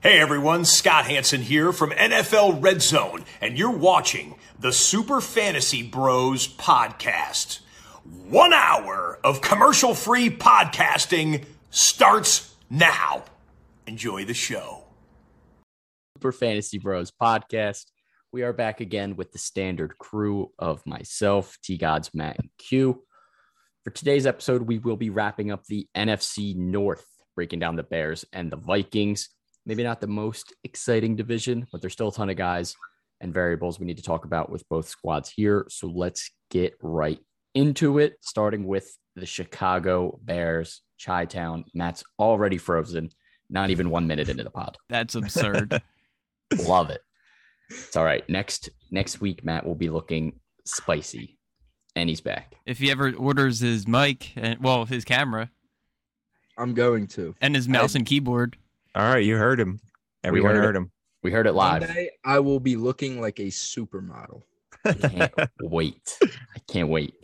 Hey everyone, Scott Hanson here from NFL Red Zone, and you're watching the Super Fantasy Bros podcast. One hour of commercial free podcasting starts now. Enjoy the show. Super Fantasy Bros podcast. We are back again with the standard crew of myself, T Gods, Matt, and Q. For today's episode, we will be wrapping up the NFC North, breaking down the Bears and the Vikings. Maybe not the most exciting division, but there's still a ton of guys and variables we need to talk about with both squads here. So let's get right into it, starting with the Chicago Bears, Chi Town. Matt's already frozen, not even one minute into the pod. That's absurd. Love it. It's all right. Next next week, Matt will be looking spicy, and he's back. if he ever orders his mic and well, his camera I'm going to. and his mouse and keyboard. All right, you heard him. Everyone heard heard, it. him. We heard it live. Monday, I will be looking like a supermodel. Can't wait. I can't wait.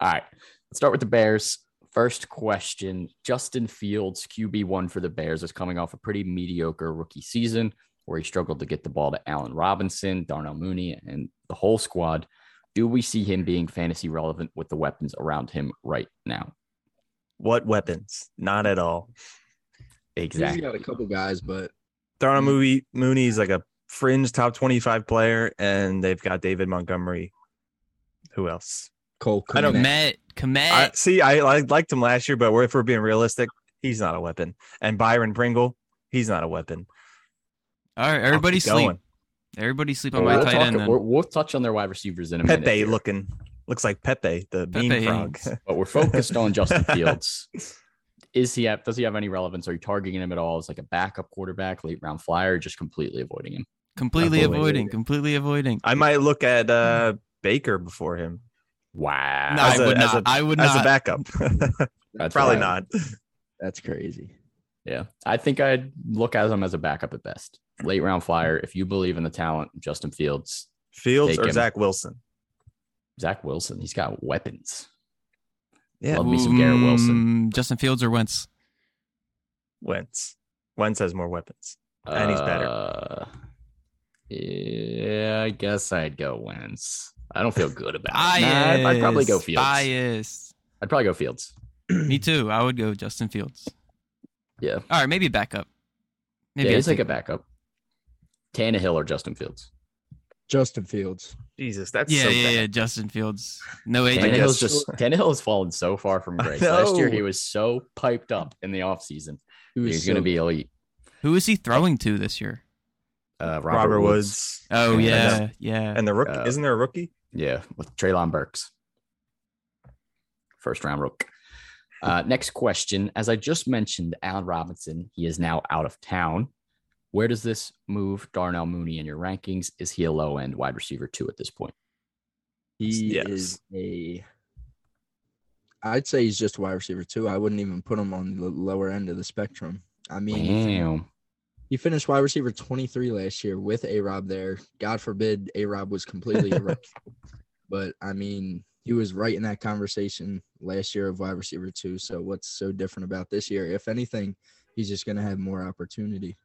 All right. Let's start with the Bears. First question Justin Fields, QB1 for the Bears, is coming off a pretty mediocre rookie season where he struggled to get the ball to Allen Robinson, Darnell Mooney, and the whole squad. Do we see him being fantasy relevant with the weapons around him right now? What weapons? Not at all. He's got a couple guys, Mm. but Darnell Mooney Mooney's like a fringe top twenty-five player, and they've got David Montgomery. Who else? Cole. I don't- Kmet. Komet, Komet. I see. I, I liked him last year, but if we're being realistic, he's not a weapon. And Byron Pringle, he's not a weapton. All right, I'll everybody keep sleep. going. Everybody sleep on Well, my we'll, tight talk- end. Then. we'll- we'll touch on their wide receivers in a minute. Pepe here. looking looks like Pepe the bean Pepe frog. Haynes. but we're focused on Justin Fields. Is he have, does he have any relevance? Are you targeting him at all as like a backup quarterback, late round flyer, or just completely avoiding him? Completely Avoid. avoiding. Completely avoiding. I might look at uh, Baker before him Wow. No, I as a- would as not. a- I would as not. a backup. That's Probably wild. not. That's crazy. Yeah. I think I'd look at him as a backup at best. Late round flyer. If you believe in the talent, Justin Fields, Fields Take or him. Zach Wilson. Zach Wilson, he's got weapons. Yeah. Love me some Garrett Wilson. Mm, Justin Fields or Wentz. Wentz. Wentz has more weapons. And he's better. Uh, yeah, I guess I'd go Wentz. I don't feel good about it. Bias. Nah, I'd, I'd probably go Fields. Bias. I'd probably go Fields. Me too. I would go Justin Fields. Yeah. All right, maybe backup. Maybe yeah, I he's like take- a backup. Tannehill or Justin Fields. Justin Fields. Jesus, that's yeah, so yeah, bad. yeah. Justin Fields. No I agent. guess- Tannehill's just Tannehill has fallen so far from grace. Last year he know. was so piped up in the offseason. He was He's going to so- be elite. Who is he throwing to this year? Uh, Robert, Robert, Woods. Woods. Oh Yeah, yeah, that's- yeah. and the rookie. Uh, Isn't there a rookie? Yeah, with Traylon Burks. First round rook. Uh, next question. As I just mentioned, Allen Robinson, he is now out of town. Where does this move Darnell Mooney in your rankings? Is he a low end wide receiver two at this point? He Yes. is a. I'd say he's just a wide receiver too. I wouldn't even put him on the lower end of the spectrum. I mean, he fin- Damn. he finished wide receiver 23 last year with A Rob there. God forbid A Rob was completely erupted. But I mean, he was right in that conversation last year of wide receiver two. So what's so different about this year? If anything, he's just going to have more opportunity.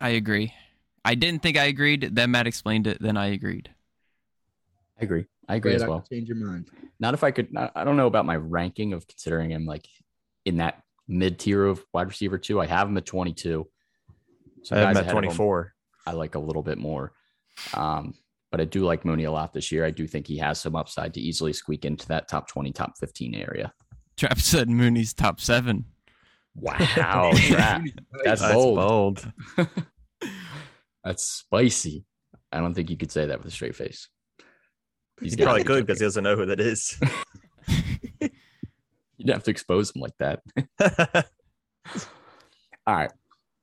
I agree. I didn't think I agreed. Then Matt explained it. Then I agreed. I agree. I agree Brad, as I well. could Change your mind. not if I could. I I don't know about my ranking of considering him like in that mid tier of wide receiver two. I have him at twenty two. So I have guys him ahead of at him, 24. I like a little bit more, um, but I do like Mooney a lot this year. I do think he has some upside to easily squeak into that top twenty, top fifteen area. Trap said Mooney's top seven. Wow, Oh, Trap. That's That's bold. bold. that's spicy. I don't think you could say that with a straight face. He's These guys probably are good because he joking. doesn't know who that is. you'd have to expose him like that. All right.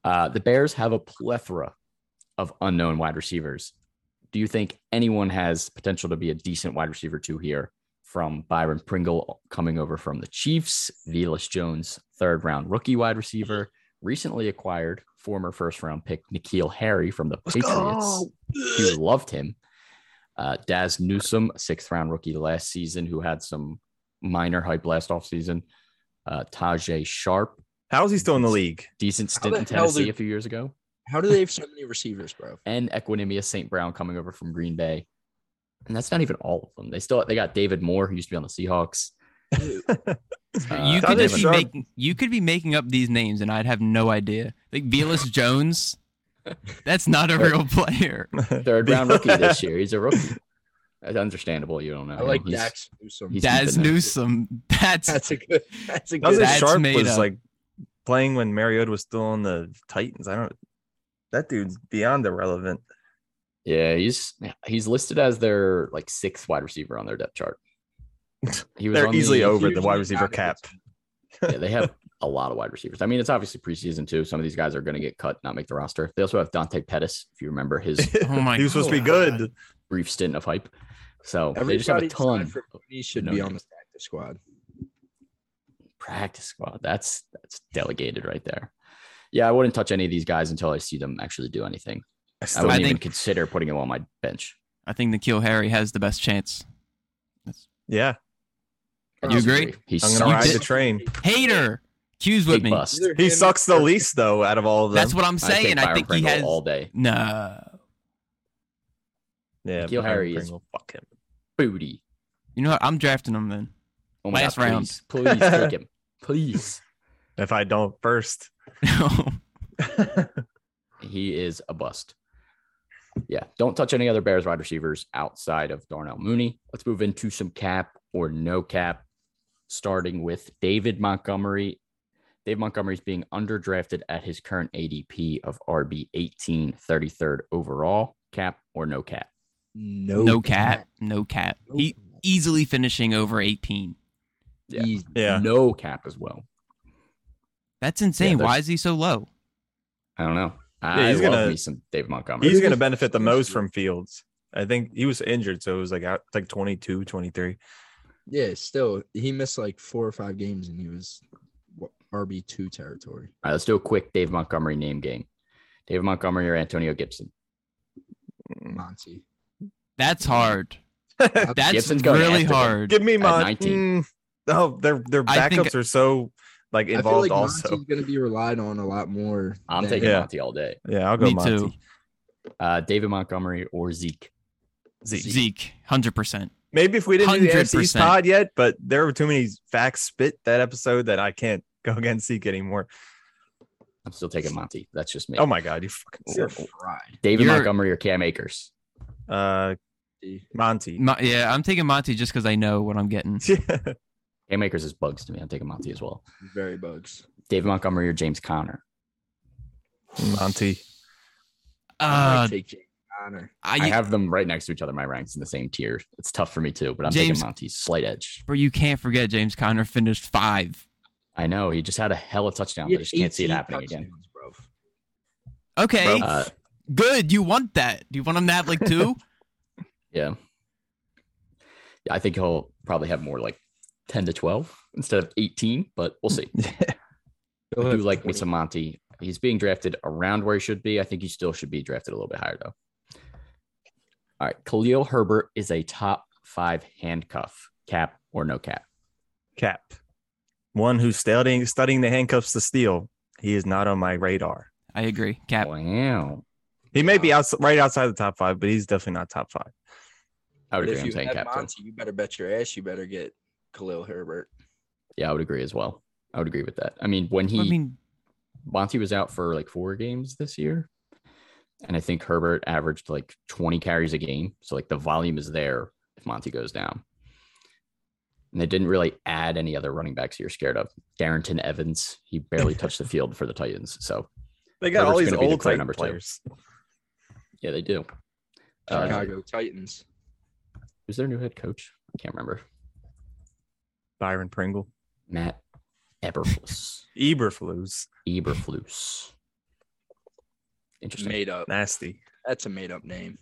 Uh, the Bears have a plethora of unknown wide receivers. Do you think anyone has potential to be a decent wide receiver two here? From Byron Pringle coming over from the Chiefs, Velas Jones, third round rookie wide receiver, recently acquired former first round pick Nikhil Harry from the Patriots. You loved him. Uh, Daz Newsome, sixth round rookie last season, who had some minor hype last offseason. Uh, Tajay Sharp, How is he still in the league? decent How stint the in hell Tennessee did- a few years ago. How do they have so many receivers, bro? and Equinemius St. Brown coming over from Green Bay. And that's not even all of them. They still they got David Moore, who used to be on the Seahawks. Uh, you Sounds could like just be Sharp. making you could be making up these names and I'd have no idea. Like Velas Jones, that's not a real player. Third round rookie this year. He's a rookie. That's understandable. You don't know. I him. like He's- Dax Newsome. he's- Daz keeping that. Newsome. That's That's a good. That's a That was like good. That's Sharp made was up. like playing when Mariota was still on the Titans. I don't. That dude's beyond irrelevant. Yeah, he's he's listed as their like sixth wide receiver on their depth chart. He They're on easily the- over the huge wide and receiver dominant. cap. yeah, they have a lot of wide receivers. I mean, it's obviously preseason too. Some of these guys are going to get cut, not make the roster. They also have Dante Pettis, if you remember his Oh my he was supposed to be God. good. brief stint of hype. So they Everybody just have a ton. aside from Mooney should no be names. on the practice squad. practice squad. That's that's delegated right there. Yeah, I wouldn't touch any of these guys until I see them actually do anything. I I still wouldn't even think- consider putting him on my bench. I think Nikhil Harry has the best chance. yeah, I You agree? disagree. He I'm sucks. gonna ride did- the train. Hater. Q's Big with me. bust. Either He him sucks the or- least though out of all of them. That's what I'm I'd take saying. I Byron think he Pringle has all day no. yeah, Nikhil Byron Harry is- Pringle, fuck him. booty. You know what? I'm drafting him then. Oh my Last God, round. please, please take him, please. If I don't first, He is a bust. Yeah, don't touch any other Bears wide receivers outside of Darnell Mooney. Let's move into some cap or no cap, starting with David Montgomery. Dave Montgomery is being underdrafted at his current ADP of RB 18, 33rd overall. Cap or no cap? No, no cap. No cap. He easily finishing over 18. Yeah. He's- yeah, No cap as well. That's insane. there's- Why is he so low? I don't know. I he's love gonna- me some David Montgomery. he's gonna benefit the most from Fields. I think he was injured, so it was like out, it's like 22, 23. Yeah, still he missed like four or five games, and he was RB two territory. All right, let's do a quick Dave Montgomery name game. David Montgomery or Antonio Gibson? Hmm. Monty. That's hard. That's Gibson's going really after him. hard. Give me At my. 19. Mm, oh, their their I think- backups are so like I feel involved. like also, Monty's going to be relied on a lot more. I'm than- taking Yeah. Monty all day. yeah, I'll go Me Monty. too. Uh, David Montgomery or Zeke? Zeke. Zeke, hundred percent. Maybe if we didn't do the NFC East 100%. pod yet, but there were too many facts spit that episode that I can't go against Zeke anymore. I'm still taking Monty. That's just me. Oh my god, you fucking You're sick. fried. David You're- Montgomery or Cam Akers? uh Monty. yeah, I'm taking Monty just because I know what I'm getting. Cam Akers is bugs to me. I'm taking Monty as well. Very bugs. David Montgomery or James Conner? Monty. I Uh, might take James Conner. I, I have them right next to each other. in My ranks in the same tier. It's tough for me too, but I'm James- taking Monty. Slight edge. but you can't forget James Conner finished five. I know he just had a hell of a touchdown, He but I had just can't see it 18 happening again. touchdowns, bro. Okay, Bro. Uh, good. You want that? Do you want him to have like two? yeah. Yeah, I think he'll probably have more like 10 to 12 instead of 18, but we'll see. He'll I do have like me 20. some Monty. He's being drafted around where he should be. I think he still should be drafted a little bit higher, though. All right. Khalil Herbert is a top five handcuff, cap or no cap. Cap. One who's studying studying the handcuffs to steal. He is not on my radar. I agree. Cap. Wow. He may be outs right outside the top five, but he's definitely not top five. I would But agree. if I'm you saying have cap. too. Monty, you better bet your ass you better get Khalil Herbert. Yeah, I would agree as well. I would agree with that. I mean, when he I mean, Monty was out for like four games this year, and I think Herbert averaged like 20 carries a game. So like the volume is there if Monty goes down. And they didn't really add any other running backs you're scared of. Darrington Evans, he barely touched the field for the Titans. So They got all Herbert's these gonna be the old clear type number two. players. yeah, they do. Uh, Chicago Titans. who's their new head coach? I can't remember. Byron Pringle. Matt Eberflus. Eberflus. Eberflus. Interesting. Made up. Nasty. That's a made up name.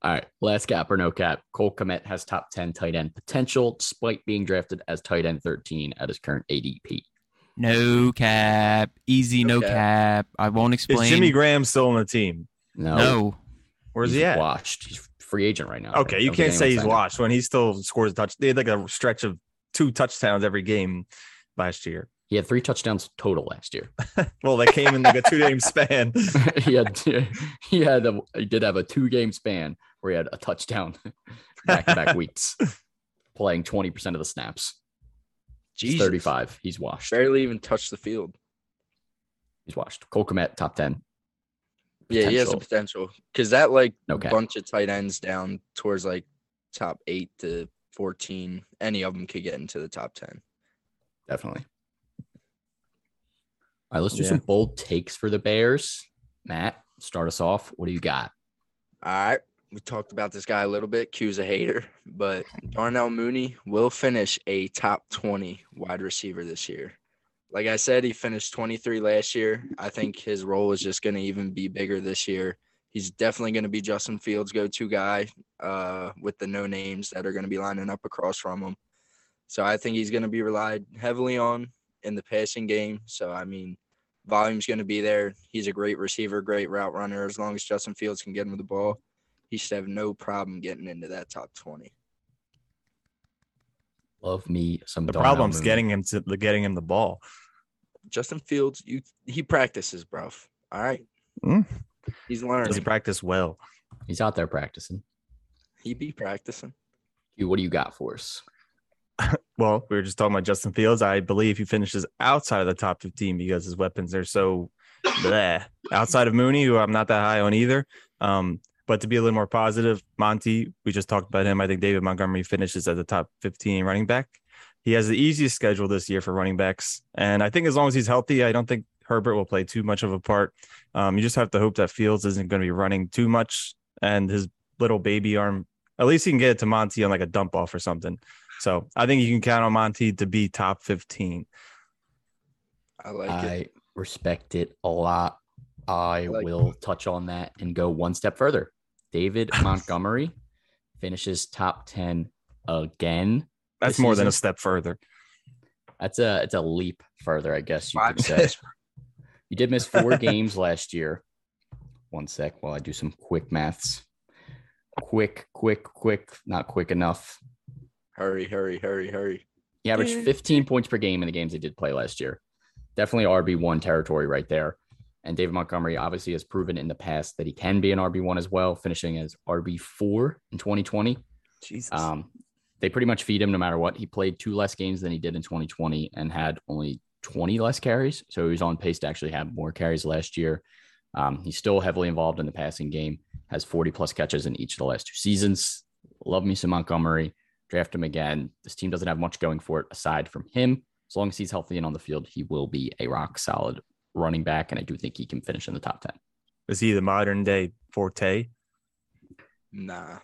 All right, last cap or no cap. Cole Komet has top 10 tight end potential despite being drafted as tight end 13 at his current ADP. no cap. Easy. No, No cap. cap. I won't Is explain. Jimmy Graham still on the team? No, No. Where's he's he at? Watched. He's a free agent right now. I Okay, don't you think can't say anyone's he's signed him. washed when he still scores a touch. They had like a stretch of two touchdowns every game last year. He had three touchdowns total last year. Well, they came in like a two game span. he had he had a, he did have a two game span where he had a touchdown back to back weeks, playing twenty percent of the snaps. He's Jesus. thirty five. He's washed. Barely even touched the field. He's washed. Cole Komet, top ten. Yeah, he has the Potential. potential because that like No cap. bunch of tight ends down towards like top eight to fourteen, any of them could get into the top ten. Definitely. All right, let's do Yeah. some bold takes for the Bears. Matt, start us off. What do you got? All right. We talked about this guy a little bit. Q's a hater, but Darnell Mooney will finish a top 20 wide receiver this year. Like I said, he finished 23 last year. I think his role is just going to even be bigger this year. He's definitely going to be Justin Fields' go to guy uh, with the no names that are going to be lining up across from him. So I think he's going to be relied heavily on in the passing game. So, I mean, volume's going to be there. He's a great receiver, great route runner. As long as Justin Fields can get him the ball, he should have no problem getting into that top 20. Love me some. The Darnell problem's Mooney. getting him to getting him the ball. Justin Fields, you he practices, bro. All right. Mm. Does He's he learning. practice well? He's out there practicing. He be practicing. Q, what do you got for us? Well, we were just talking about Justin Fields. I believe he finishes outside of the top 15 because his weapons are so bleh. outside of Mooney, who I'm not that high on either. Um, but to be a little more positive, Monty, we just talked about him. I think David Montgomery finishes at the top 15 running back. He has the easiest schedule this year for running backs. And I think as long as he's healthy, I don't think Herbert will play too much of a part. Um, you just have to hope that Fields isn't going to be running too much and his little baby arm, at least he can get it to Monty on like a dump off or something. So I think you can count on Monty to be top 15. I like it. I respect it a lot. I like it. will touch on that and go one step further. David Montgomery finishes top 10 again. That's This more than a season- step further. That's a it's a leap further, I guess you Five could say. You did miss four games last year. One sec while I do some quick maths. Quick, quick, quick, not quick enough. Hurry, hurry, hurry, hurry. He averaged 15 points per game in the games they did play last year. Definitely RB1 territory right there. And David Montgomery obviously has proven in the past that he can be an RB1 as well, finishing as RB4 in 2020. Jesus. Um, they pretty much feed him no matter what. He played two less games than he did in 2020 and had only 20 less carries. So he was on pace to actually have more carries last year. Um, he's still heavily involved in the passing game, has 40 plus catches in each of the last two seasons. Love me some Montgomery. Draft him again. This team doesn't have much going for it aside from him. As long as he's healthy and on the field, he will be a rock solid running back. And I do think he can finish in the top 10. Is he the modern day Forte? Nah.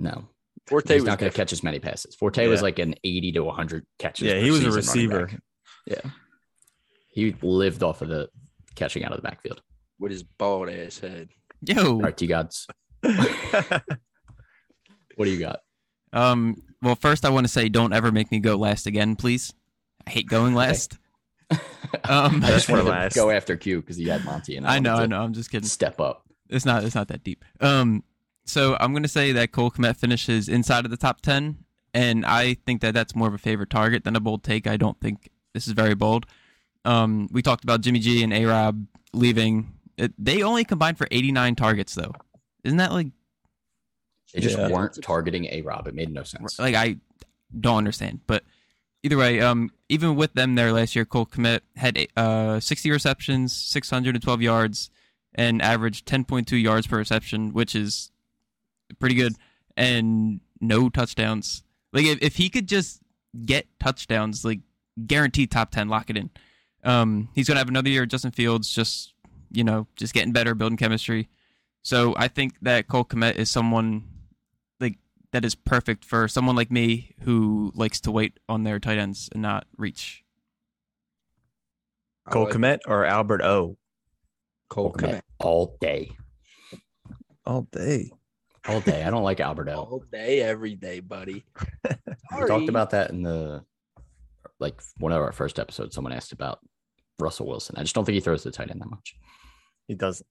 No, Forte he's was not going to different. catch as many passes. Forte was Yeah. like an 80 to 100 catches. Yeah, per he was a season running back. receiver. He lived off of the catching out of the backfield. with his bald ass head. Yo. All right, T gods. What do you got? Um. Well, first I want to say, don't ever make me go last again, please. I hate going last. Um, I just For wanted last. to go after Q because he had Monty and I, I know, I wanted to know. I'm just kidding. Step up. It's not. It's not that deep. Um. So I'm gonna say that Cole Kmet finishes inside of the top ten, and I think that that's more of a favorite target than a bold take. I don't think this is very bold. Um. We talked about Jimmy G and A Rob leaving. It, they only combined for 89 targets though. Isn't that like They just Yeah. weren't targeting a Rob. It made no sense. like I don't understand. But either way, um, even with them there last year, Cole Komet had uh 60 receptions, 612 yards, and averaged 10.2 yards per reception, which is pretty good, and no touchdowns. Like if, if he could just get touchdowns, like guaranteed top 10, lock it in. Um, he's gonna have another year. of Justin Fields just you know just getting better, building chemistry. So I think that Cole Komet is someone that is perfect for someone like me who likes to wait on their tight ends and not reach. I Cole like Komet or Albert O? uh, Cole Commit Komet all day, Oh, All day. all day. I don't like Alberto. all day, every day, buddy. We talked Sorry. about that in the like one of our first episodes. Someone asked about Russell Wilson. I just don't think he throws the tight end that much. He doesn't.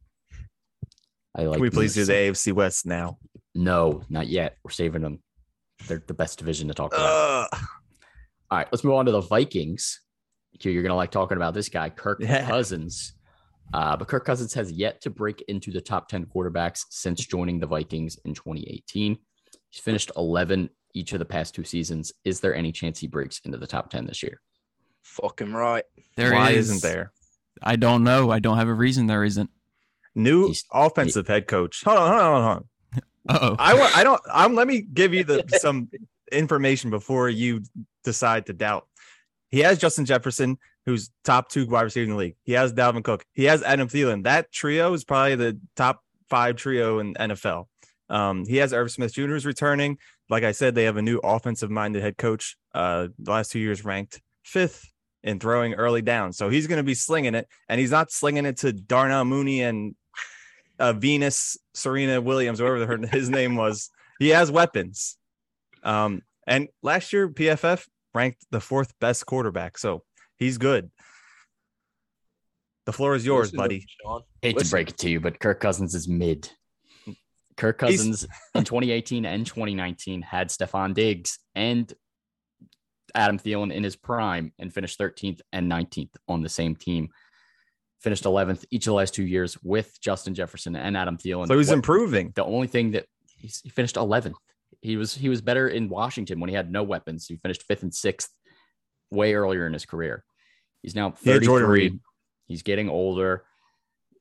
I like. Can we please do the Wilson. AFC West now? No, not yet. We're saving them. Uh, They're the best division to talk about. Ugh. All right, let's move on to the Vikings. Q, you're gonna like talking about this guy, Kirk Yeah. Cousins. Uh, but Kirk Cousins has yet to break into the top 10 quarterbacks since joining the Vikings in 2018. He's finished 11 each of the past two seasons. Is there any chance he breaks into the top 10 this year? Fucking right. There Why is- isn't there? I don't know. I don't have a reason there isn't. New He's- offensive head coach. Hold on, hold on, hold on. Uh oh. I want. I don't. I'm. Let me give you the some information before you decide to doubt. He has Justin Jefferson, who's top two wide receiver in the league. He has Dalvin Cook. He has Adam Thielen. That trio is probably the top five trio in NFL. Um, he has Irv Smith Jr. is returning. Like I said, they have a new offensive-minded head coach. Uh, the last two years ranked fifth in throwing early down, so he's going to be slinging it, and he's not slinging it to Darnell Mooney and uh, Venus Serena Williams, whatever her, his name was. He has weapons. Um, and last year, PFF ranked the fourth best quarterback, so he's good. The floor is yours, Listen to buddy. him, Sean. Hate to Listen. break it to you, but Kirk Cousins is mid. Kirk He's- Cousins in 2018 and 2019 had Stefan Diggs and Adam Thielen in his prime and finished 13th and 19th on the same team. Finished 11th each of the last two years with Justin Jefferson and Adam Thielen. So he's What- improving. the only thing that he's, he finished 11th. He was he was better in Washington when he had no weapons. He finished fifth and sixth way earlier in his career. He's now He had 33. Jordan Reed. He's getting older.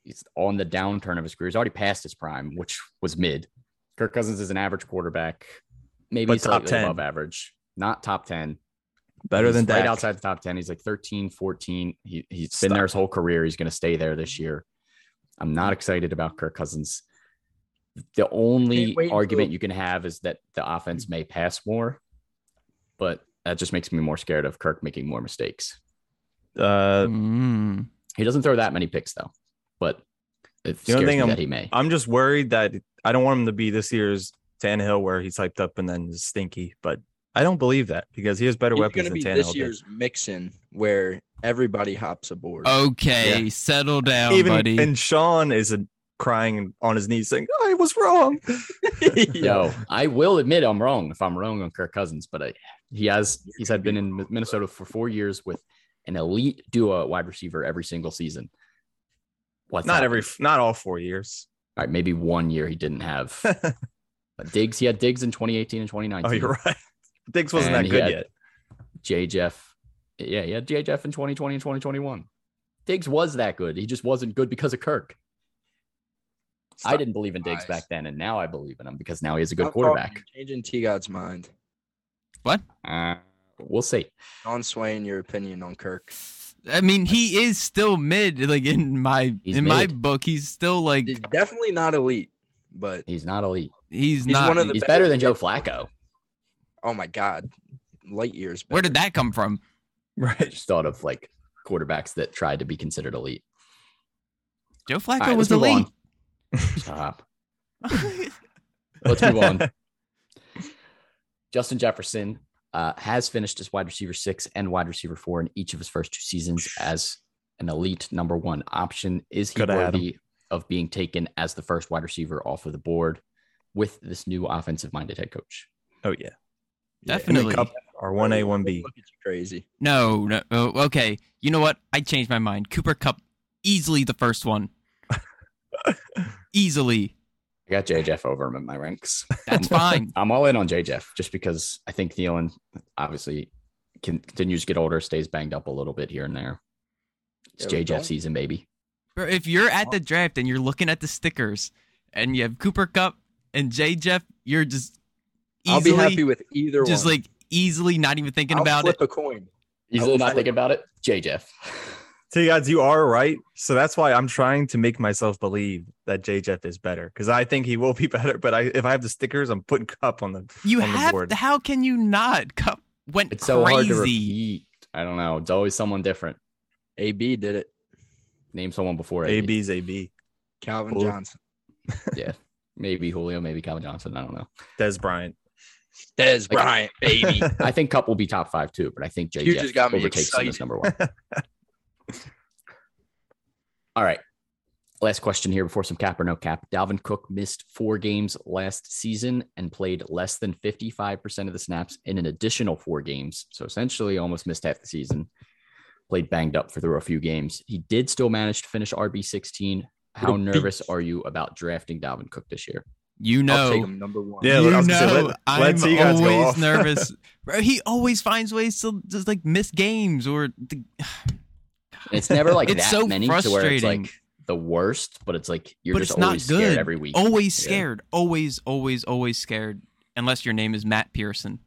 He's on the downturn of his career. He's already past his prime, which was mid. Kirk Cousins is an average quarterback, maybe But top slightly 10. above average, not top 10. Better He's than right Dak. outside the top 10. He's like 13, 14. He, he's Stop. been there his whole career. He's going to stay there this year. I'm not excited about Kirk Cousins. The only wait argument till- you can have is that the offense may pass more, but that just makes me more scared of Kirk making more mistakes. Uh, Mm. He doesn't throw that many picks, though, but it The scares only thing me I'm- that he may. I'm just worried that I don't want him to be this year's Tannehill, where he's hyped up and then is stinky. But I don't believe that because he has better He's weapons gonna than be Tannehill. this did. year's mixin where everybody hops aboard. Oh, Okay, settle down, Even buddy. and Sean is uh, crying on his knees, saying, "I was wrong." Yo, I will admit I'm wrong if I'm wrong on Kirk Cousins, but I, he has he's had been in Minnesota for four years with an elite duo at wide receiver every single season. What's not happened? every, not all four years. All right, maybe one year he didn't have But Diggs. He had Diggs in 2018 and 2019. Oh, you're right. Diggs wasn't And that he good had- yet. J. Jeff. Yeah, he had J. Jeff in 2020 and 2021. Diggs was that good. He just wasn't good because of Kirk. I Stop didn't believe in Diggs lies. back then, and now I believe in him because now he is a good Stop talking, quarterback. you're Changing T God's mind. Uh, we'll see. Don Swain, your opinion on Kirk. I mean, he is still mid. Like in my He's in my mid. book, he's still like He's definitely not elite, but He's not elite. he's, he's not. one of the He's best- better than Joe Flacco. oh my god, light years. where better. did that come from? I just thought of like quarterbacks that tried to be considered elite. Joe All Flacco right, was let's move elite. on. Stop. Let's move on. Justin Jefferson uh, has finished as wide receiver six and wide receiver four in each of his first two seasons as an elite number one option. Is he Coulda had him. worthy of being taken as the first wide receiver off of the board with this new offensive minded head coach? Oh yeah, Yeah. Definitely. Cup or one A, one B. Look at you crazy. No, no. Oh, okay. You know what? I changed my mind. Cooper Cup, easily the first one. easily. I got J. Jeff over him in my ranks. That's fine. I'm all in on J. Jeff just because I think Thielen obviously can, continues to get older, stays banged up a little bit here and there. It's Yeah, J. but Jeff don't- season, baby. Bro, if you're at the draft and you're looking at the stickers and you have Cooper Cup and J Jeff, you're just I'll be easily happy with either just one. like easily not even thinking I'll about flip it. a coin. I Easily will not find- thinking about it. J. Jeff. T gods, you are right. So that's why I'm trying to make myself believe that J Jeff is better because I think he will be better. But I, if I have the stickers, I'm putting Cup on the. You on the have board. how can you not? Cup went It's so hard to crazy. repeat. I don't know. It's always someone different. A B did it. Name someone before A AB. B's A B. Calvin Cool. Johnson. Maybe Julio, maybe Calvin Johnson. I don't know. Des Bryant. Des Bryant, baby. I think Cup will be top five too, but I think J. You Jeff just got me overtakes him as excited. number one. All right. Last question here before some cap or no cap. Dalvin Cook missed four games last season and played less than 55% of the snaps in an additional four games. So essentially almost missed half the season. played banged up for the a few games. He did still manage to finish RB sixteen. How nervous are you about drafting Dalvin Cook this year? You I'll take know, him number one. Yeah, you I was gonna say, know, let- I'm let T guys go always off. nervous. Bro, he always finds ways to just like miss games or the, And it's never like It's that so many to where it's frustrating. like the worst, but it's like you're But just it's not always scared good. every week. always Yeah. scared, always, always, always scared. Unless your name is Matt Pearson.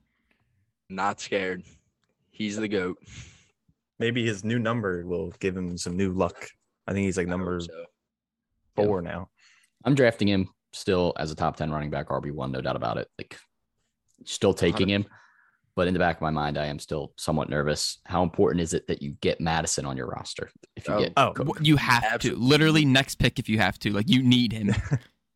Not scared. He's the goat. Maybe his new number will give him some new luck. I think he's like I hope number so. four now. I'm drafting him still as a top 10 running back RB1, no doubt about it. Like, still taking him. But in the back of my mind, I am still somewhat nervous. How important is it that you get Madison on your roster? If you Oh. get, Oh, Cook. Wh- You have Absolutely. to literally next pick if you have to. Like you need him.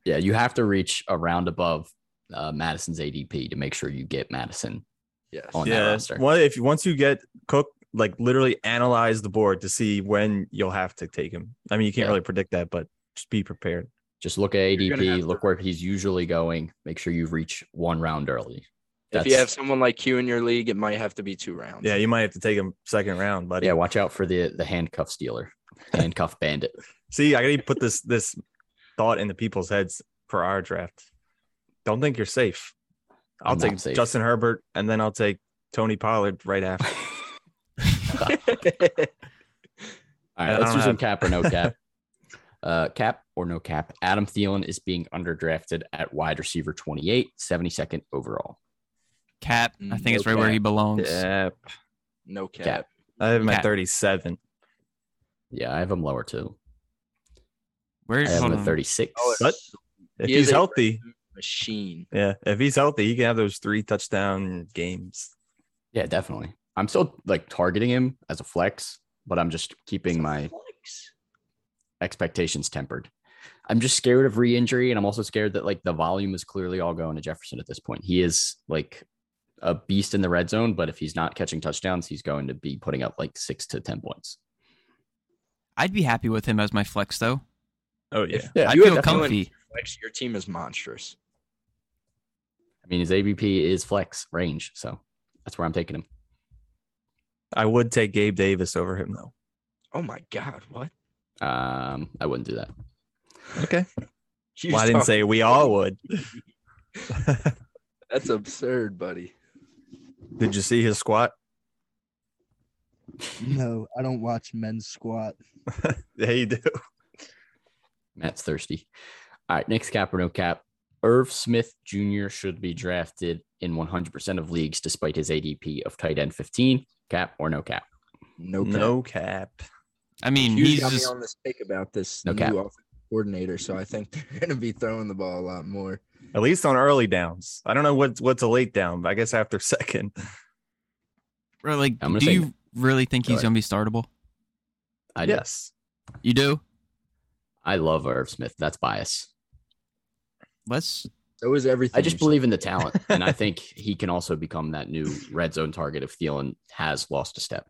yeah, you have to reach a round above uh, Madison's ADP to make sure you get Madison Yes. on that yeah. roster. Well, if you once you get Cook, like literally analyze the board to see when you'll have to take him. I mean, you can't Yeah. really predict that, but just be prepared. Just look at gonna have ADP, to- look where he's usually going. Make sure you reach one round early. If you have someone like you in your league, it might have to be two rounds. Yeah, you might have to take him second round, buddy. yeah, watch out for the the handcuff stealer, handcuff bandit. See, I gotta put this this thought into people's heads for our draft. Don't think you're safe. I'll I'm not take safe. Justin Herbert and then I'll take Tony Pollard right after. All I right, let's don't do some cap or no cap. uh, cap or no cap. Adam Thielen is being underdrafted at wide receiver 28, 72nd overall. Cap. I think it's right where Okay. he belongs. yeah, no cap. Cap. I have him Yeah. at 37. Yeah, I have him lower too. I Where have hold him at Hmm. on. 36. What? If Oh, He is he's a- healthy, Machine. yeah. If he's healthy, he can have those three touchdown games. Yeah, definitely. I'm still like targeting him as a flex, but I'm just keeping my Flex. expectations tempered. I'm just scared of re-injury, and I'm also scared that like the volume is clearly all going to Jefferson at this point. He is like a beast in the red zone, but if he's not catching touchdowns, he's going to be putting up like six to ten points. I'd be happy with him as my flex though. Oh If Yeah, I'd you feel have Thielen comfy. as your flex, your team is monstrous. I mean, his ABP is flex range, so that's where I'm taking him. I would take Gabe Davis over him though. Oh my God. What? Um, I wouldn't do that. Okay. You Well, I didn't talk- say we all would. That's absurd, buddy. Did you see his squat? No, I don't watch men squat. Yeah, you do. Matt's thirsty. All right, next cap or no cap. Irv Smith Jr. should be drafted in 100% of leagues despite his ADP of tight end 15. Cap or no cap? No cap. No cap. I mean, You he's got just me on this take about this No new cap. offensive coordinator, so I think they're going to be throwing the ball a lot more. At least on early downs. I don't know what what's a late down, but I guess after second. bro, like. I'm gonna Do say- you really think Go he's ahead. gonna be startable? I do. yes. You do. I love Irv Smith. That's bias. Let's. So is everything. I just you believe in the talent, and I think he can also become that new red zone target if Thielen has lost a step.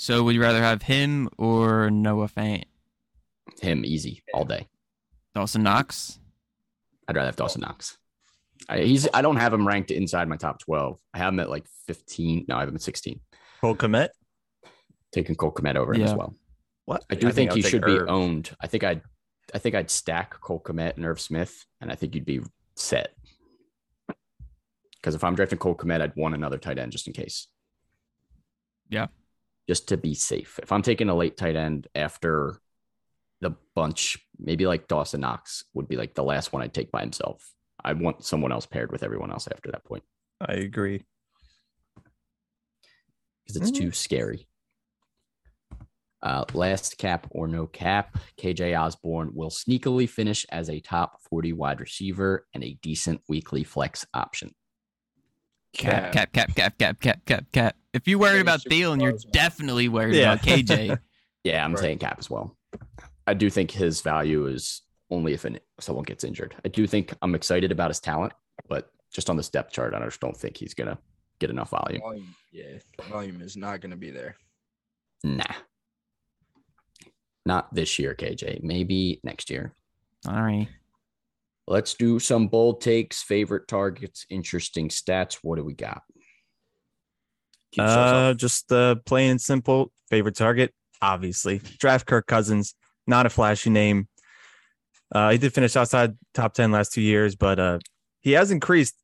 So, would you rather have him or Noah Fant? Him easy all day. Dawson Knox. I'd rather have Dawson Knox. I, he's I don't have him ranked inside my top twelve. I have him at like fifteen. No, I have him at sixteen. Cole Komet? Taking Cole Komet over him as Yeah. well. What? I do think, I'll he take should Irv. be owned. I think I'd I think I'd stack Cole Komet and Irv Smith, and I think you'd be set. Because if I'm drafting Cole Komet, I'd want another tight end just in case. Yeah. Just to be safe. If I'm taking a late tight end after the bunch, maybe like Dawson Knox would be like the last one I'd take by himself. I want someone else paired with everyone else after that point I agree. because it's Mhm. too scary. Uh, last cap or no cap, KJ Osborne will sneakily finish as a top 40 wide receiver and a decent weekly flex option. Cap. Cap. Cap. Cap. Cap. Cap. Cap. Cap. If you're worried Yeah, about Super Thielen, you're Bowl's one. definitely worried Yeah. about KJ. Yeah, I'm Right. saying cap as well. I do think his value is only if an, someone gets injured. I do think I'm excited about his talent, but just on this depth chart, I just don't think he's going to get enough volume. Volume, yeah, volume is not going to be there. Nah. Not this year, KJ. Maybe next year. Sorry. Let's do some bold takes, favorite targets, interesting stats. What do we got? Keep shows Uh, up. just uh, plain and simple. Favorite target, obviously. Draft Kirk Cousins, not a flashy name. Uh, he did finish outside top 10 last two years, but uh, he has increased.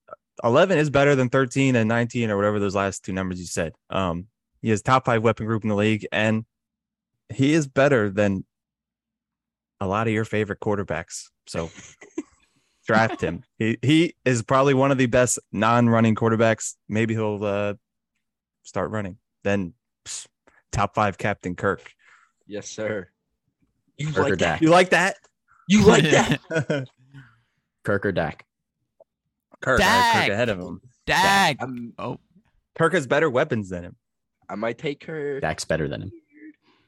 11 is better than 13 and 19 or whatever those last two numbers you said. Um, he has top five weapon group in the league, and he is better than a lot of your favorite quarterbacks. So draft him. He he is probably one of the best non-running quarterbacks. Maybe he'll uh, start running. Then pss, top five, Captain Kirk. Yes, sir. Kirk or Dak. You like that? You like that? Kirk, Kirk or Dak. Kirk Dak. ahead of him. Dag. I'm, Oh, Kirk has better weapons than him. I might take her. Dak's better than him.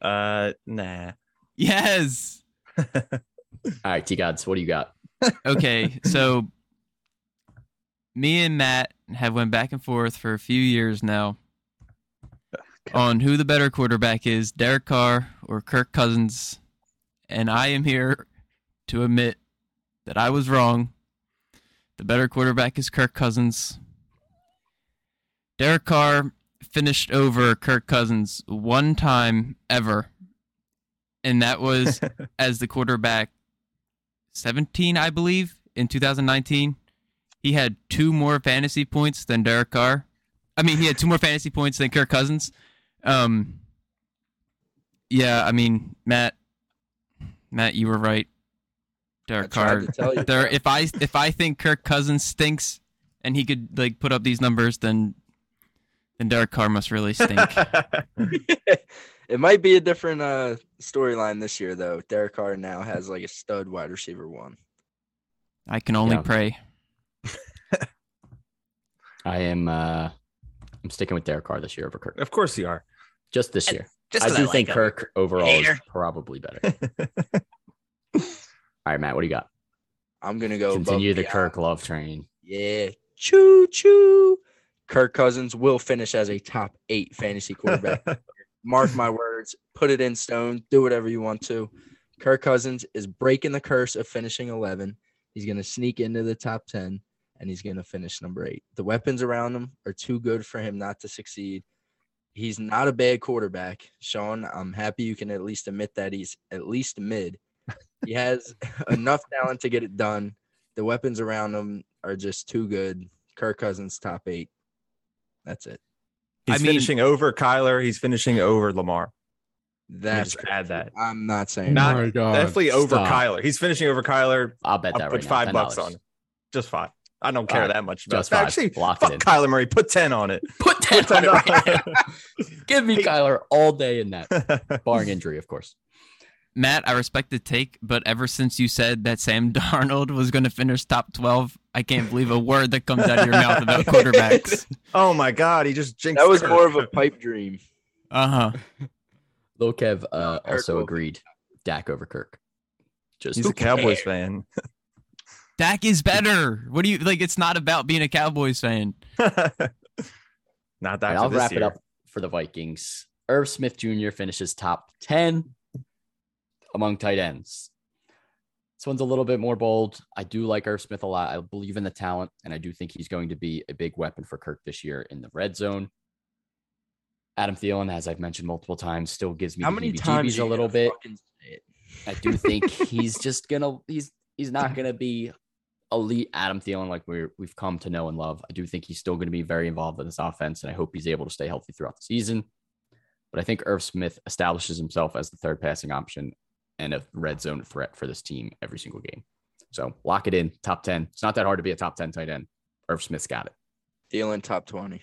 Uh, nah. yes. All right, T Gods, what do you got? okay, so me and Matt have went back and forth for a few years now on who the better quarterback is, Derek Carr or Kirk Cousins, and I am here to admit that I was wrong. The better quarterback is Kirk Cousins. Derek Carr finished over Kirk Cousins one time ever, and that was as the quarterback 17, I believe, in 2019. He had two more fantasy points than Derek Carr. I mean, he had two more fantasy points than Kirk Cousins. Um, yeah, I mean, Matt, Matt, you were right. Derek I tried Carr. to tell you. There, if I if I think Kirk Cousins stinks and he could like put up these numbers, then then Derek Carr must really stink. it might be a different uh storyline this year though. Derek Carr now has like a stud wide receiver one. I can only Yeah. pray. I am uh I'm sticking with Derek Carr this year over Kirk. of course you are. Just this year. Just I 'cause do like think him. Kirk overall is Hater. probably better. All right, Matt, what do you got? I'm gonna go above Continue the beyond. Kirk love train. Yeah, choo choo. Kirk Cousins will finish as a top eight fantasy quarterback. Mark my words. Put it in stone. Do whatever you want to. Kirk Cousins is breaking the curse of finishing 11. He's going to sneak into the top 10 and he's going to finish number eight. The weapons around him are too good for him not to succeed. He's not a bad quarterback. Sean, I'm happy you can at least admit that he's at least mid. He has enough talent to get it done. The weapons around him are just too good. Kirk Cousins, top eight. That's it. He's I mean- finishing over Kyler. He's finishing over Lamar. Let me That's just add that. I'm not saying Not- that. Oh my God. Definitely over Oh, stop. Kyler. He's finishing over Kyler. I'll bet I'll that put right now, five $10. bucks on it. Just five. I don't care All right, that much. About Just it. five. Actually, Lock fuck it in. Kyler Murray. Put 10 on it. Put ten on it right now. Give me Hey. Kyler all day in that, barring injury, of course. Matt, I respect the take, but ever since you said that Sam Darnold was going to finish top 12, I can't believe a word that comes out of your mouth about quarterbacks. oh my God. He just jinxed That was Kirk. more of a pipe dream. Uh huh. Lil Kev uh, Kirk also will- agreed. Dak over Kirk. Just He's a Cowboys fan. Dak is better. What do you like? It's not about being a Cowboys fan. Not All that. right, I'll wrap it up for the Vikings. Irv Smith Jr. finishes top 10 among tight ends. This one's a little bit more bold. I do like Irv Smith a lot. I believe in the talent, and I do think he's going to be a big weapon for Kirk this year in the red zone. Adam Thielen, as I've mentioned multiple times, still gives me How the many heebie-jeebies times a you little gonna bit. fucking say it? I do think he's just gonna he's he's not gonna be elite Adam Thielen like we we've come to know and love. I do think he's still gonna be very involved in this offense, and I hope he's able to stay healthy throughout the season. But I think Irv Smith establishes himself as the third passing option and a red zone threat for this team every single game. So lock it in, top ten. It's not that hard to be a top ten tight end. Irv Smith's got it. Thielen top twenty.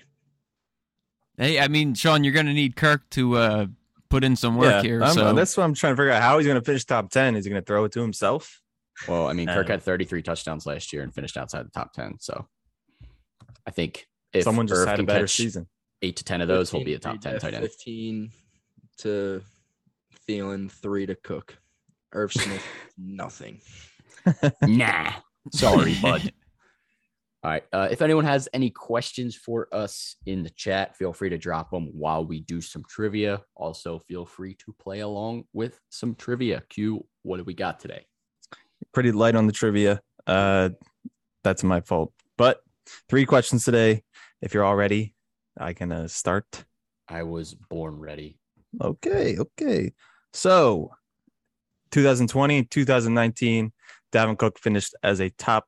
Hey, I mean, Sean, you're going to need Kirk to uh, put in some work here. I'm- so that's what I'm trying to figure out. How he's going to finish top ten? Is he going to throw it to himself? Well, I mean, Kirk Um, had 33 touchdowns last year and finished outside the top ten. So I think if Someone just Irv had a can better catch season. eight to ten of those, he'll 15 be a top to ten tight end. Fifteen to Thielen, three to Cook. Irv Smith, nothing. nah. Sorry, bud. All right. Uh, if anyone has any questions for us in the chat, feel free to drop them while we do some trivia. Also, feel free to play along with some trivia. Q, what do we got today? Pretty light on the trivia. Uh, that's my fault. But three questions today. If you're all ready, I can uh, start. I was born ready. Okay, okay. So 2020 and 2019, Davin Cook finished as a top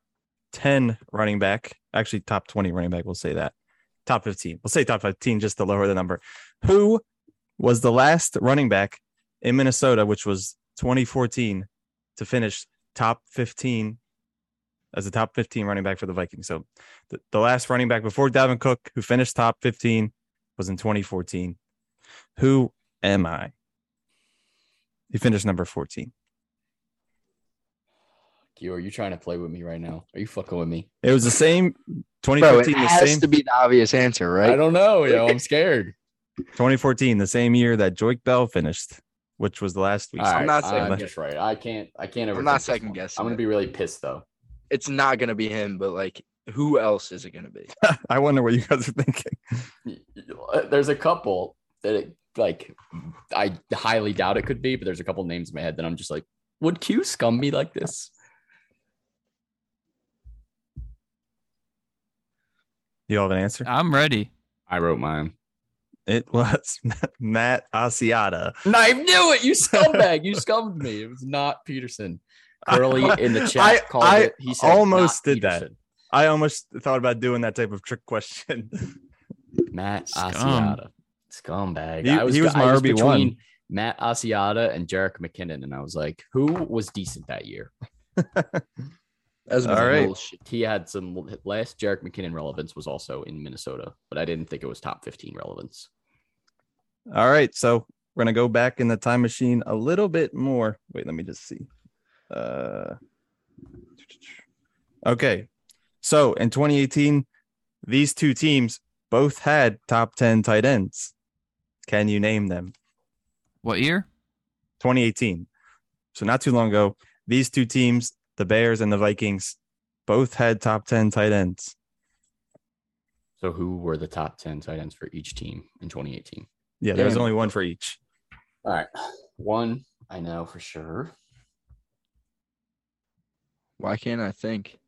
10 running back, actually top 20 running back, we'll say that. Top 15. We'll say top 15 just to lower the number. Who was the last running back in Minnesota, which was 2014, to finish top 15 as a top 15 running back for the Vikings? So the, the last running back before Davin Cook, who finished top 15, was in 2014. Who am I? He finished number 14. Q, are you trying to play with me right now? Are you fucking with me? It was the same 2014, Bro, it the has same to be the obvious answer, right? I don't know, yo. I'm scared. 2014, the same year that Joyke Bell finished, which was the last week. All right, I'm not second I'm guessing. just right. I can't. I can't ever. I'm not think this second one. guessing I'm gonna it. be really pissed though. It's not gonna be him, but like, who else is it gonna be? I wonder what you guys are thinking. Y- y- There's a couple that it, like I highly doubt it could be, but there's a couple names in my head that I'm just like, would Q scum me like this? You all have an answer? I'm ready. I wrote mine. It was Matt Asiata. I knew it. You scumbag. You scummed me. It was not Peterson. Curly in the chat I- called I it. He said almost not did that. Peterson. I almost thought about doing that type of trick question. Matt Scum. Asiata. Scumbag. He- I was, he was my I was RB1. between Matt Asiata and Jarek McKinnon, and I was like, who was decent that year? That's All right. bullshit. He had some last Jarek McKinnon relevance was also in Minnesota, but I didn't think it was top 15 relevance. all right. So we're going to go back in the time machine a little bit more. Wait, let me just see. Uh, okay. So in 2018, these two teams both had top 10 tight ends. Can you name them? What year? 2018. So not too long ago, these two teams, the Bears and the Vikings, both had top 10 tight ends. So who were the top 10 tight ends for each team in 2018? Yeah, there was Damn. only one for each. All right. One I know for sure. Why can't I think?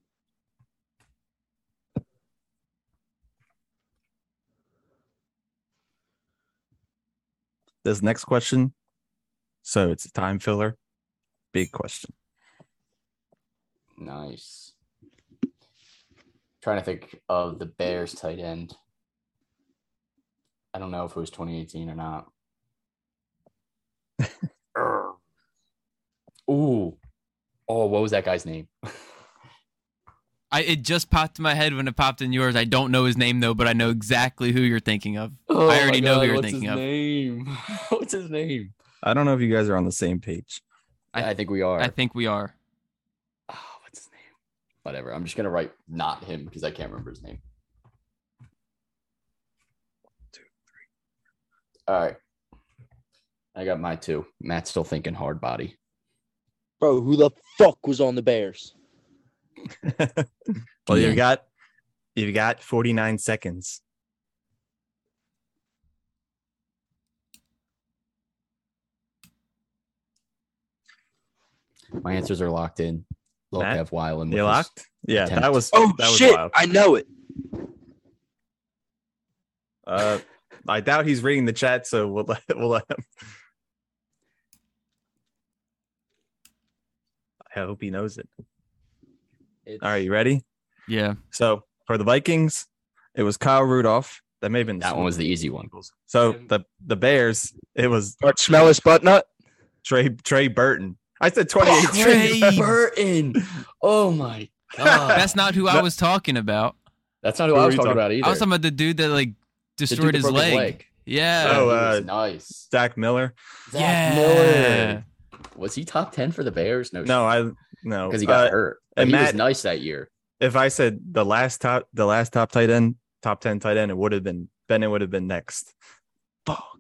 This next question. So it's a time filler. Big question. Nice. Trying to think of the Bears tight end. I don't know if it was 2018 or not. Urgh. Ooh. Oh, what was that guy's name? I it just popped in my head when it popped in yours. I don't know his name though, but I know exactly who you're thinking of. Oh I already my know God, who you're what's thinking his of. Name? what's his name? I don't know if you guys are on the same page. I, I- I think we are. I think we are. oh, what's his name? Whatever. I'm just gonna write not him because I can't remember his name. All right. I got my two. Matt's still thinking hard body. Bro, who the fuck was on the Bears? Well, Yeah. you've got you've got 49 seconds. My answers are locked in. Look, Matt, Ev Weiland. You with his- locked? Yeah, that attempt. was Oh that was shit! wild. I know it. Uh, I doubt he's reading the chat, so we'll let we'll let him. I hope he knows it. All right, you ready? Yeah. So for the Vikings, it was Kyle Rudolph. That may have been That one was the easy one. So the the Bears, it was But smell his butt nut. Trey Trey Burton. I said 2018. Trey Burton. Oh my god. That's not who I That- was talking about. That's not who, Who I are was you talking talking- about either. I was talking about the dude that like The dude destroyed that his, broke leg. Yeah. Oh, he was uh, nice. Zach Miller. Zach yeah. Miller. Was he top ten for the Bears? No, No, I no. because he got Uh, hurt. and And he was Matt- nice that year. if I said the last top the last top tight end, top 10 tight end, it would have been Bennett would have been next. Fuck.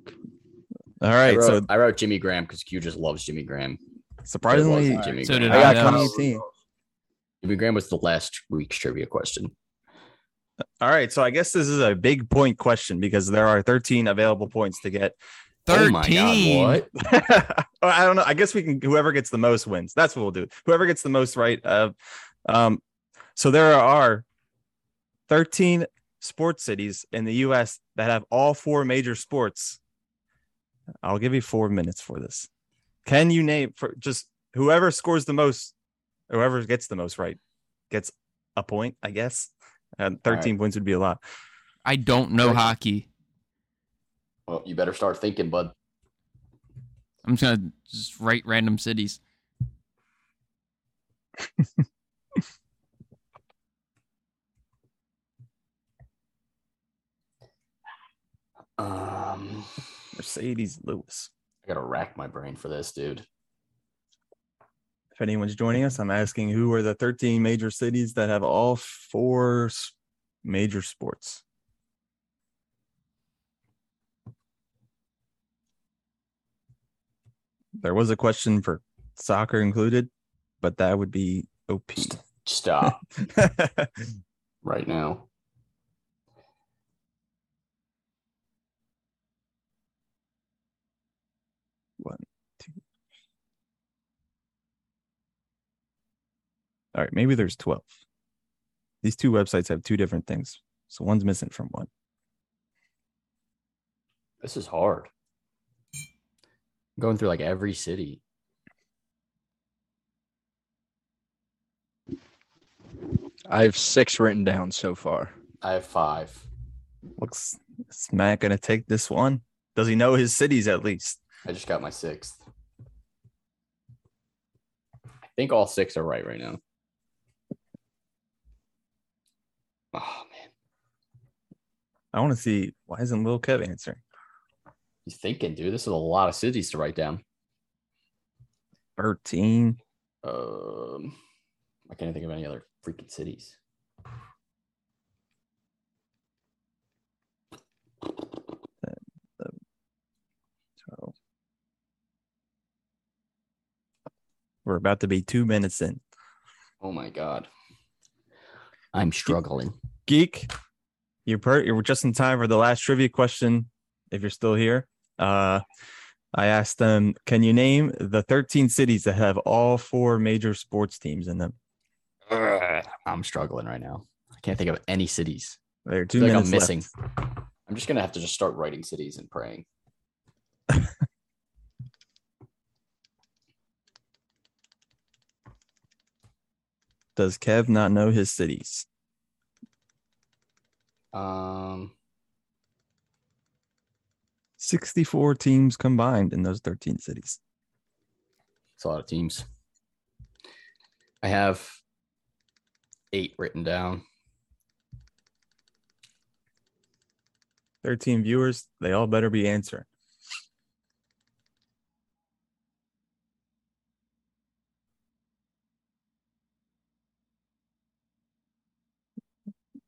All right, I wrote, so I wrote Jimmy Graham because Q just loves Jimmy Graham. It surprisingly wasn't Jimmy So Graham. did I I got know. Kyle Rudolph. Jimmy Graham was the last week's trivia question. All right, so I guess this is a big point question because there are 13 available points to get. Oh my Thirteen. god! What? Oh, I don't know. I guess we can. Whoever gets the most wins. That's what we'll do. Whoever gets the most right. Uh, um, so there are 13 sports cities in the U.S. that have all four major sports. I'll give you four minutes for this. Can you name for just whoever scores the most, whoever gets the most right, gets a point, I guess. And All right. 13 points would be a lot. I don't know Right. hockey. Well, you better start thinking, bud. I'm just gonna just write random cities. Um, Mercedes Lewis. I gotta rack my brain for this, dude. If anyone's joining us, I'm asking who are the 13 major cities that have all four s- major sports? There was a question for soccer included, but that would be OP. Stop right now. All right, maybe there's 12. These two websites have two different things. So one's missing from one. This is hard. I'm going through like every city. I have six written down so far. I have five. Looks is Matt gonna take this one? Does he know his cities at least? I just got my sixth. I think all six are right right now. Oh man, I want to see why isn't Lil Kev answering? he's thinking, dude. This is a lot of cities to write down. 13. Um, I can't think of any other freaking cities. So we're about to be two minutes in. Oh my god, I'm struggling. Geek, you're per- you're just in time for the last trivia question. If you're still here, uh, I asked them, can you name the 13 cities that have all four major sports teams in them? Ugh, I'm struggling right now. I can't think of any cities. There are two I feel like minutes I'm missing. left. I'm just gonna have to just start writing cities and praying. Does Kev not know his cities? Um, 64 teams combined in those 13 cities. It's a lot of teams. I have eight written down. 13 viewers, they all better be answering.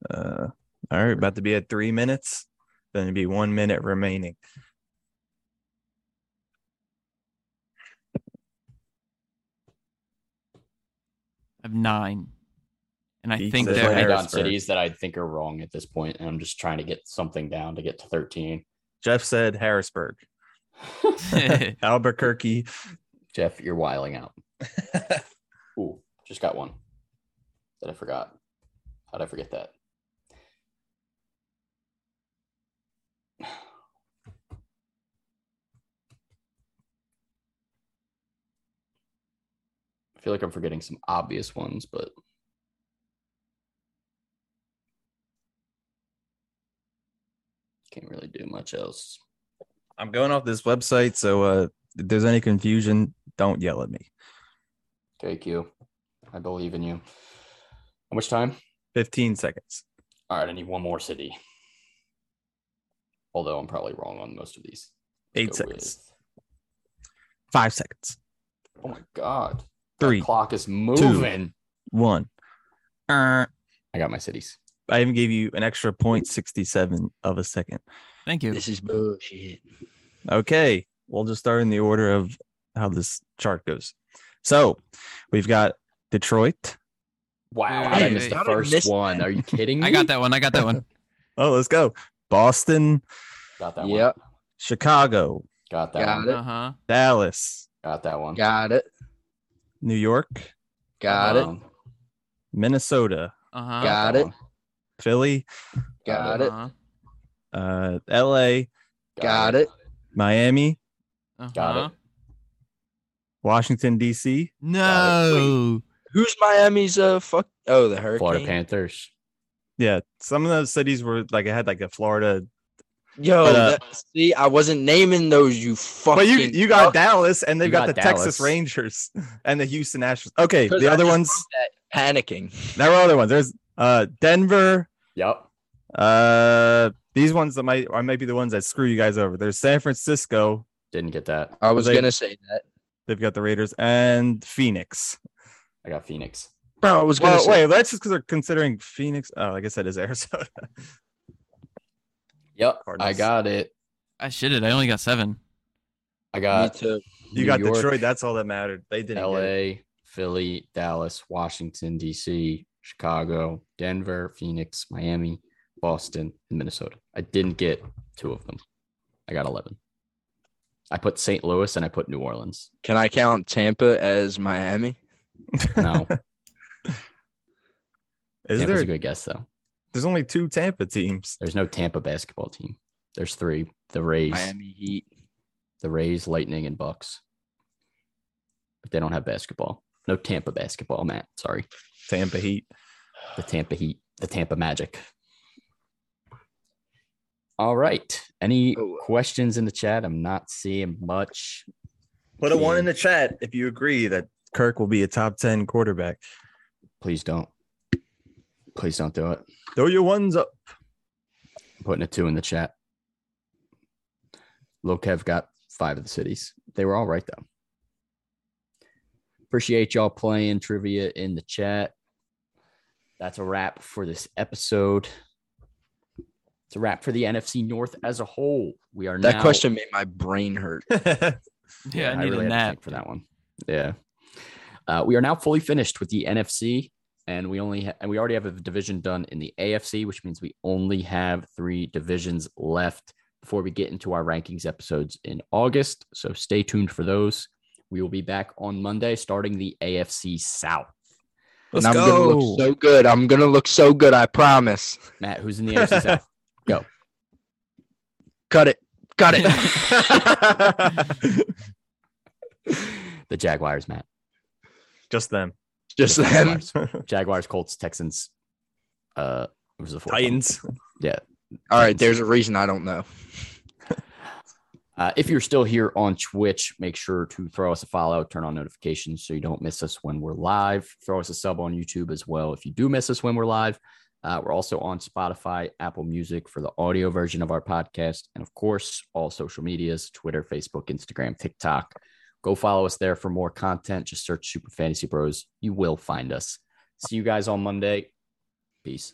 Uh, all right, about to be at three minutes. Then it'd be one minute remaining. I have nine, and I Jesus. think They're There's They're writing there. down Harrisburg. cities that I think are wrong at this point, and I'm just trying to get something down to get to 13. Jeff said Harrisburg, Albuquerque. Jeff, you're wiling out. Ooh, just got one that I forgot. How'd I forget that? I feel like I'm forgetting some obvious ones, but can't really do much else. I'm going off this website, so uh, if there's any confusion, don't yell at me. KQ, I believe in you. How much time? 15 seconds. All right, I need one more city. Although I'm probably wrong on most of these. Eight Go seconds. with- Five seconds. Oh my god. That Three, clock is moving. one. Uh, I got my cities. I even gave you an extra 0.67 of a second. Thank you. This is bullshit. Okay, we'll just start in the order of how this chart goes. So we've got Detroit. Wow, Wait, how'd I wait, miss wait. the How did I first miss one? Are you kidding me? I got that one. I got that one. Oh, let's go. Boston, Got that one. Yep, Chicago, Got that Got one. it. Uh huh. Dallas, Got that one. got it, New York, got that it, one. Minnesota, Uh huh. got that it, one. Philly, Got it. Uh-huh. Uh, L.A., Got it. Miami, Uh-huh. Got it. Washington D.C. No. Who's Miami's uh fuck? Oh, the Hurricane. Florida Panthers. Yeah, some of those cities were like I had like a Florida, Yo, But, uh, that- see, I wasn't naming those. You fucking. but you you got Dallas, and they've You got, got the Dallas. Texas Rangers and the Houston Astros. Okay, 'Cause the I other just ones panicking. there were other ones. There's uh Denver. Yep. Uh, these ones that might I might be the ones that screw you guys over. There's San Francisco. Didn't get that. I was They- gonna say that, They've got the Raiders and Phoenix. I got Phoenix. bro. I was gonna Well, say. wait, that's just because they're considering Phoenix. Oh, I guess that is Arizona. Yep. I Cardinals. got it. I shit it. I only got seven. I Me got too. You New got York, Detroit. That's all that mattered. They didn't. get it. LA, Philly, Dallas, Washington, D.C., Chicago, Denver, Phoenix, Miami, Boston, and Minnesota. I didn't get two of them. I got 11. I put St. Louis and I put New Orleans. Can I count Tampa as Miami? No, Is Tampa's there? a good guess, though. There's only two Tampa teams. There's no Tampa basketball team. There's three the Rays, Miami Heat. the Rays, Lightning, and Bucks. But they don't have basketball. No Tampa basketball, Matt. Sorry. Tampa Heat. the Tampa Heat, the Tampa Magic. All right. Any Oh. questions in the chat? I'm not seeing much. Put a one in the chat if you agree that Kirk will be a top ten quarterback. Please don't. Please don't do it. Throw your ones up. I'm putting a two in the chat. Lokev got five of the cities. They were all right though. Appreciate y'all playing trivia in the chat. That's a wrap for this episode. It's a wrap for the NFC North as a whole. We are That now- question made my brain hurt. Yeah, I really had need a to nap. think for that one. Yeah, uh, we are now fully finished with the NFC, and we only ha- and we already have a division done in the AFC, which means we only have three divisions left before we get into our rankings episodes in August. So stay tuned for those. We will be back on Monday, starting the AFC South. Let's and I'm gonna go. look so good. I'm gonna look so good. I promise. Matt, who's in the AFC South? Cut it. Cut it. The Jaguars, Matt. Just them. Just The them. Jaguars. Jaguars, Colts, Texans. Uh, it was the fourth one. Titans. All right. There's a reason I don't know. Uh, if you're still here on Twitch, make sure to throw us a follow, turn on notifications so you don't miss us when we're live. Throw us a sub on YouTube as well if you do miss us when we're live. Uh, we're also on Spotify, Apple Music for the audio version of our podcast, and of course, all social medias Twitter, Facebook, Instagram, TikTok. Go follow us there for more content. Just search Super Fantasy Bros. You will find us. See you guys on Monday. Peace.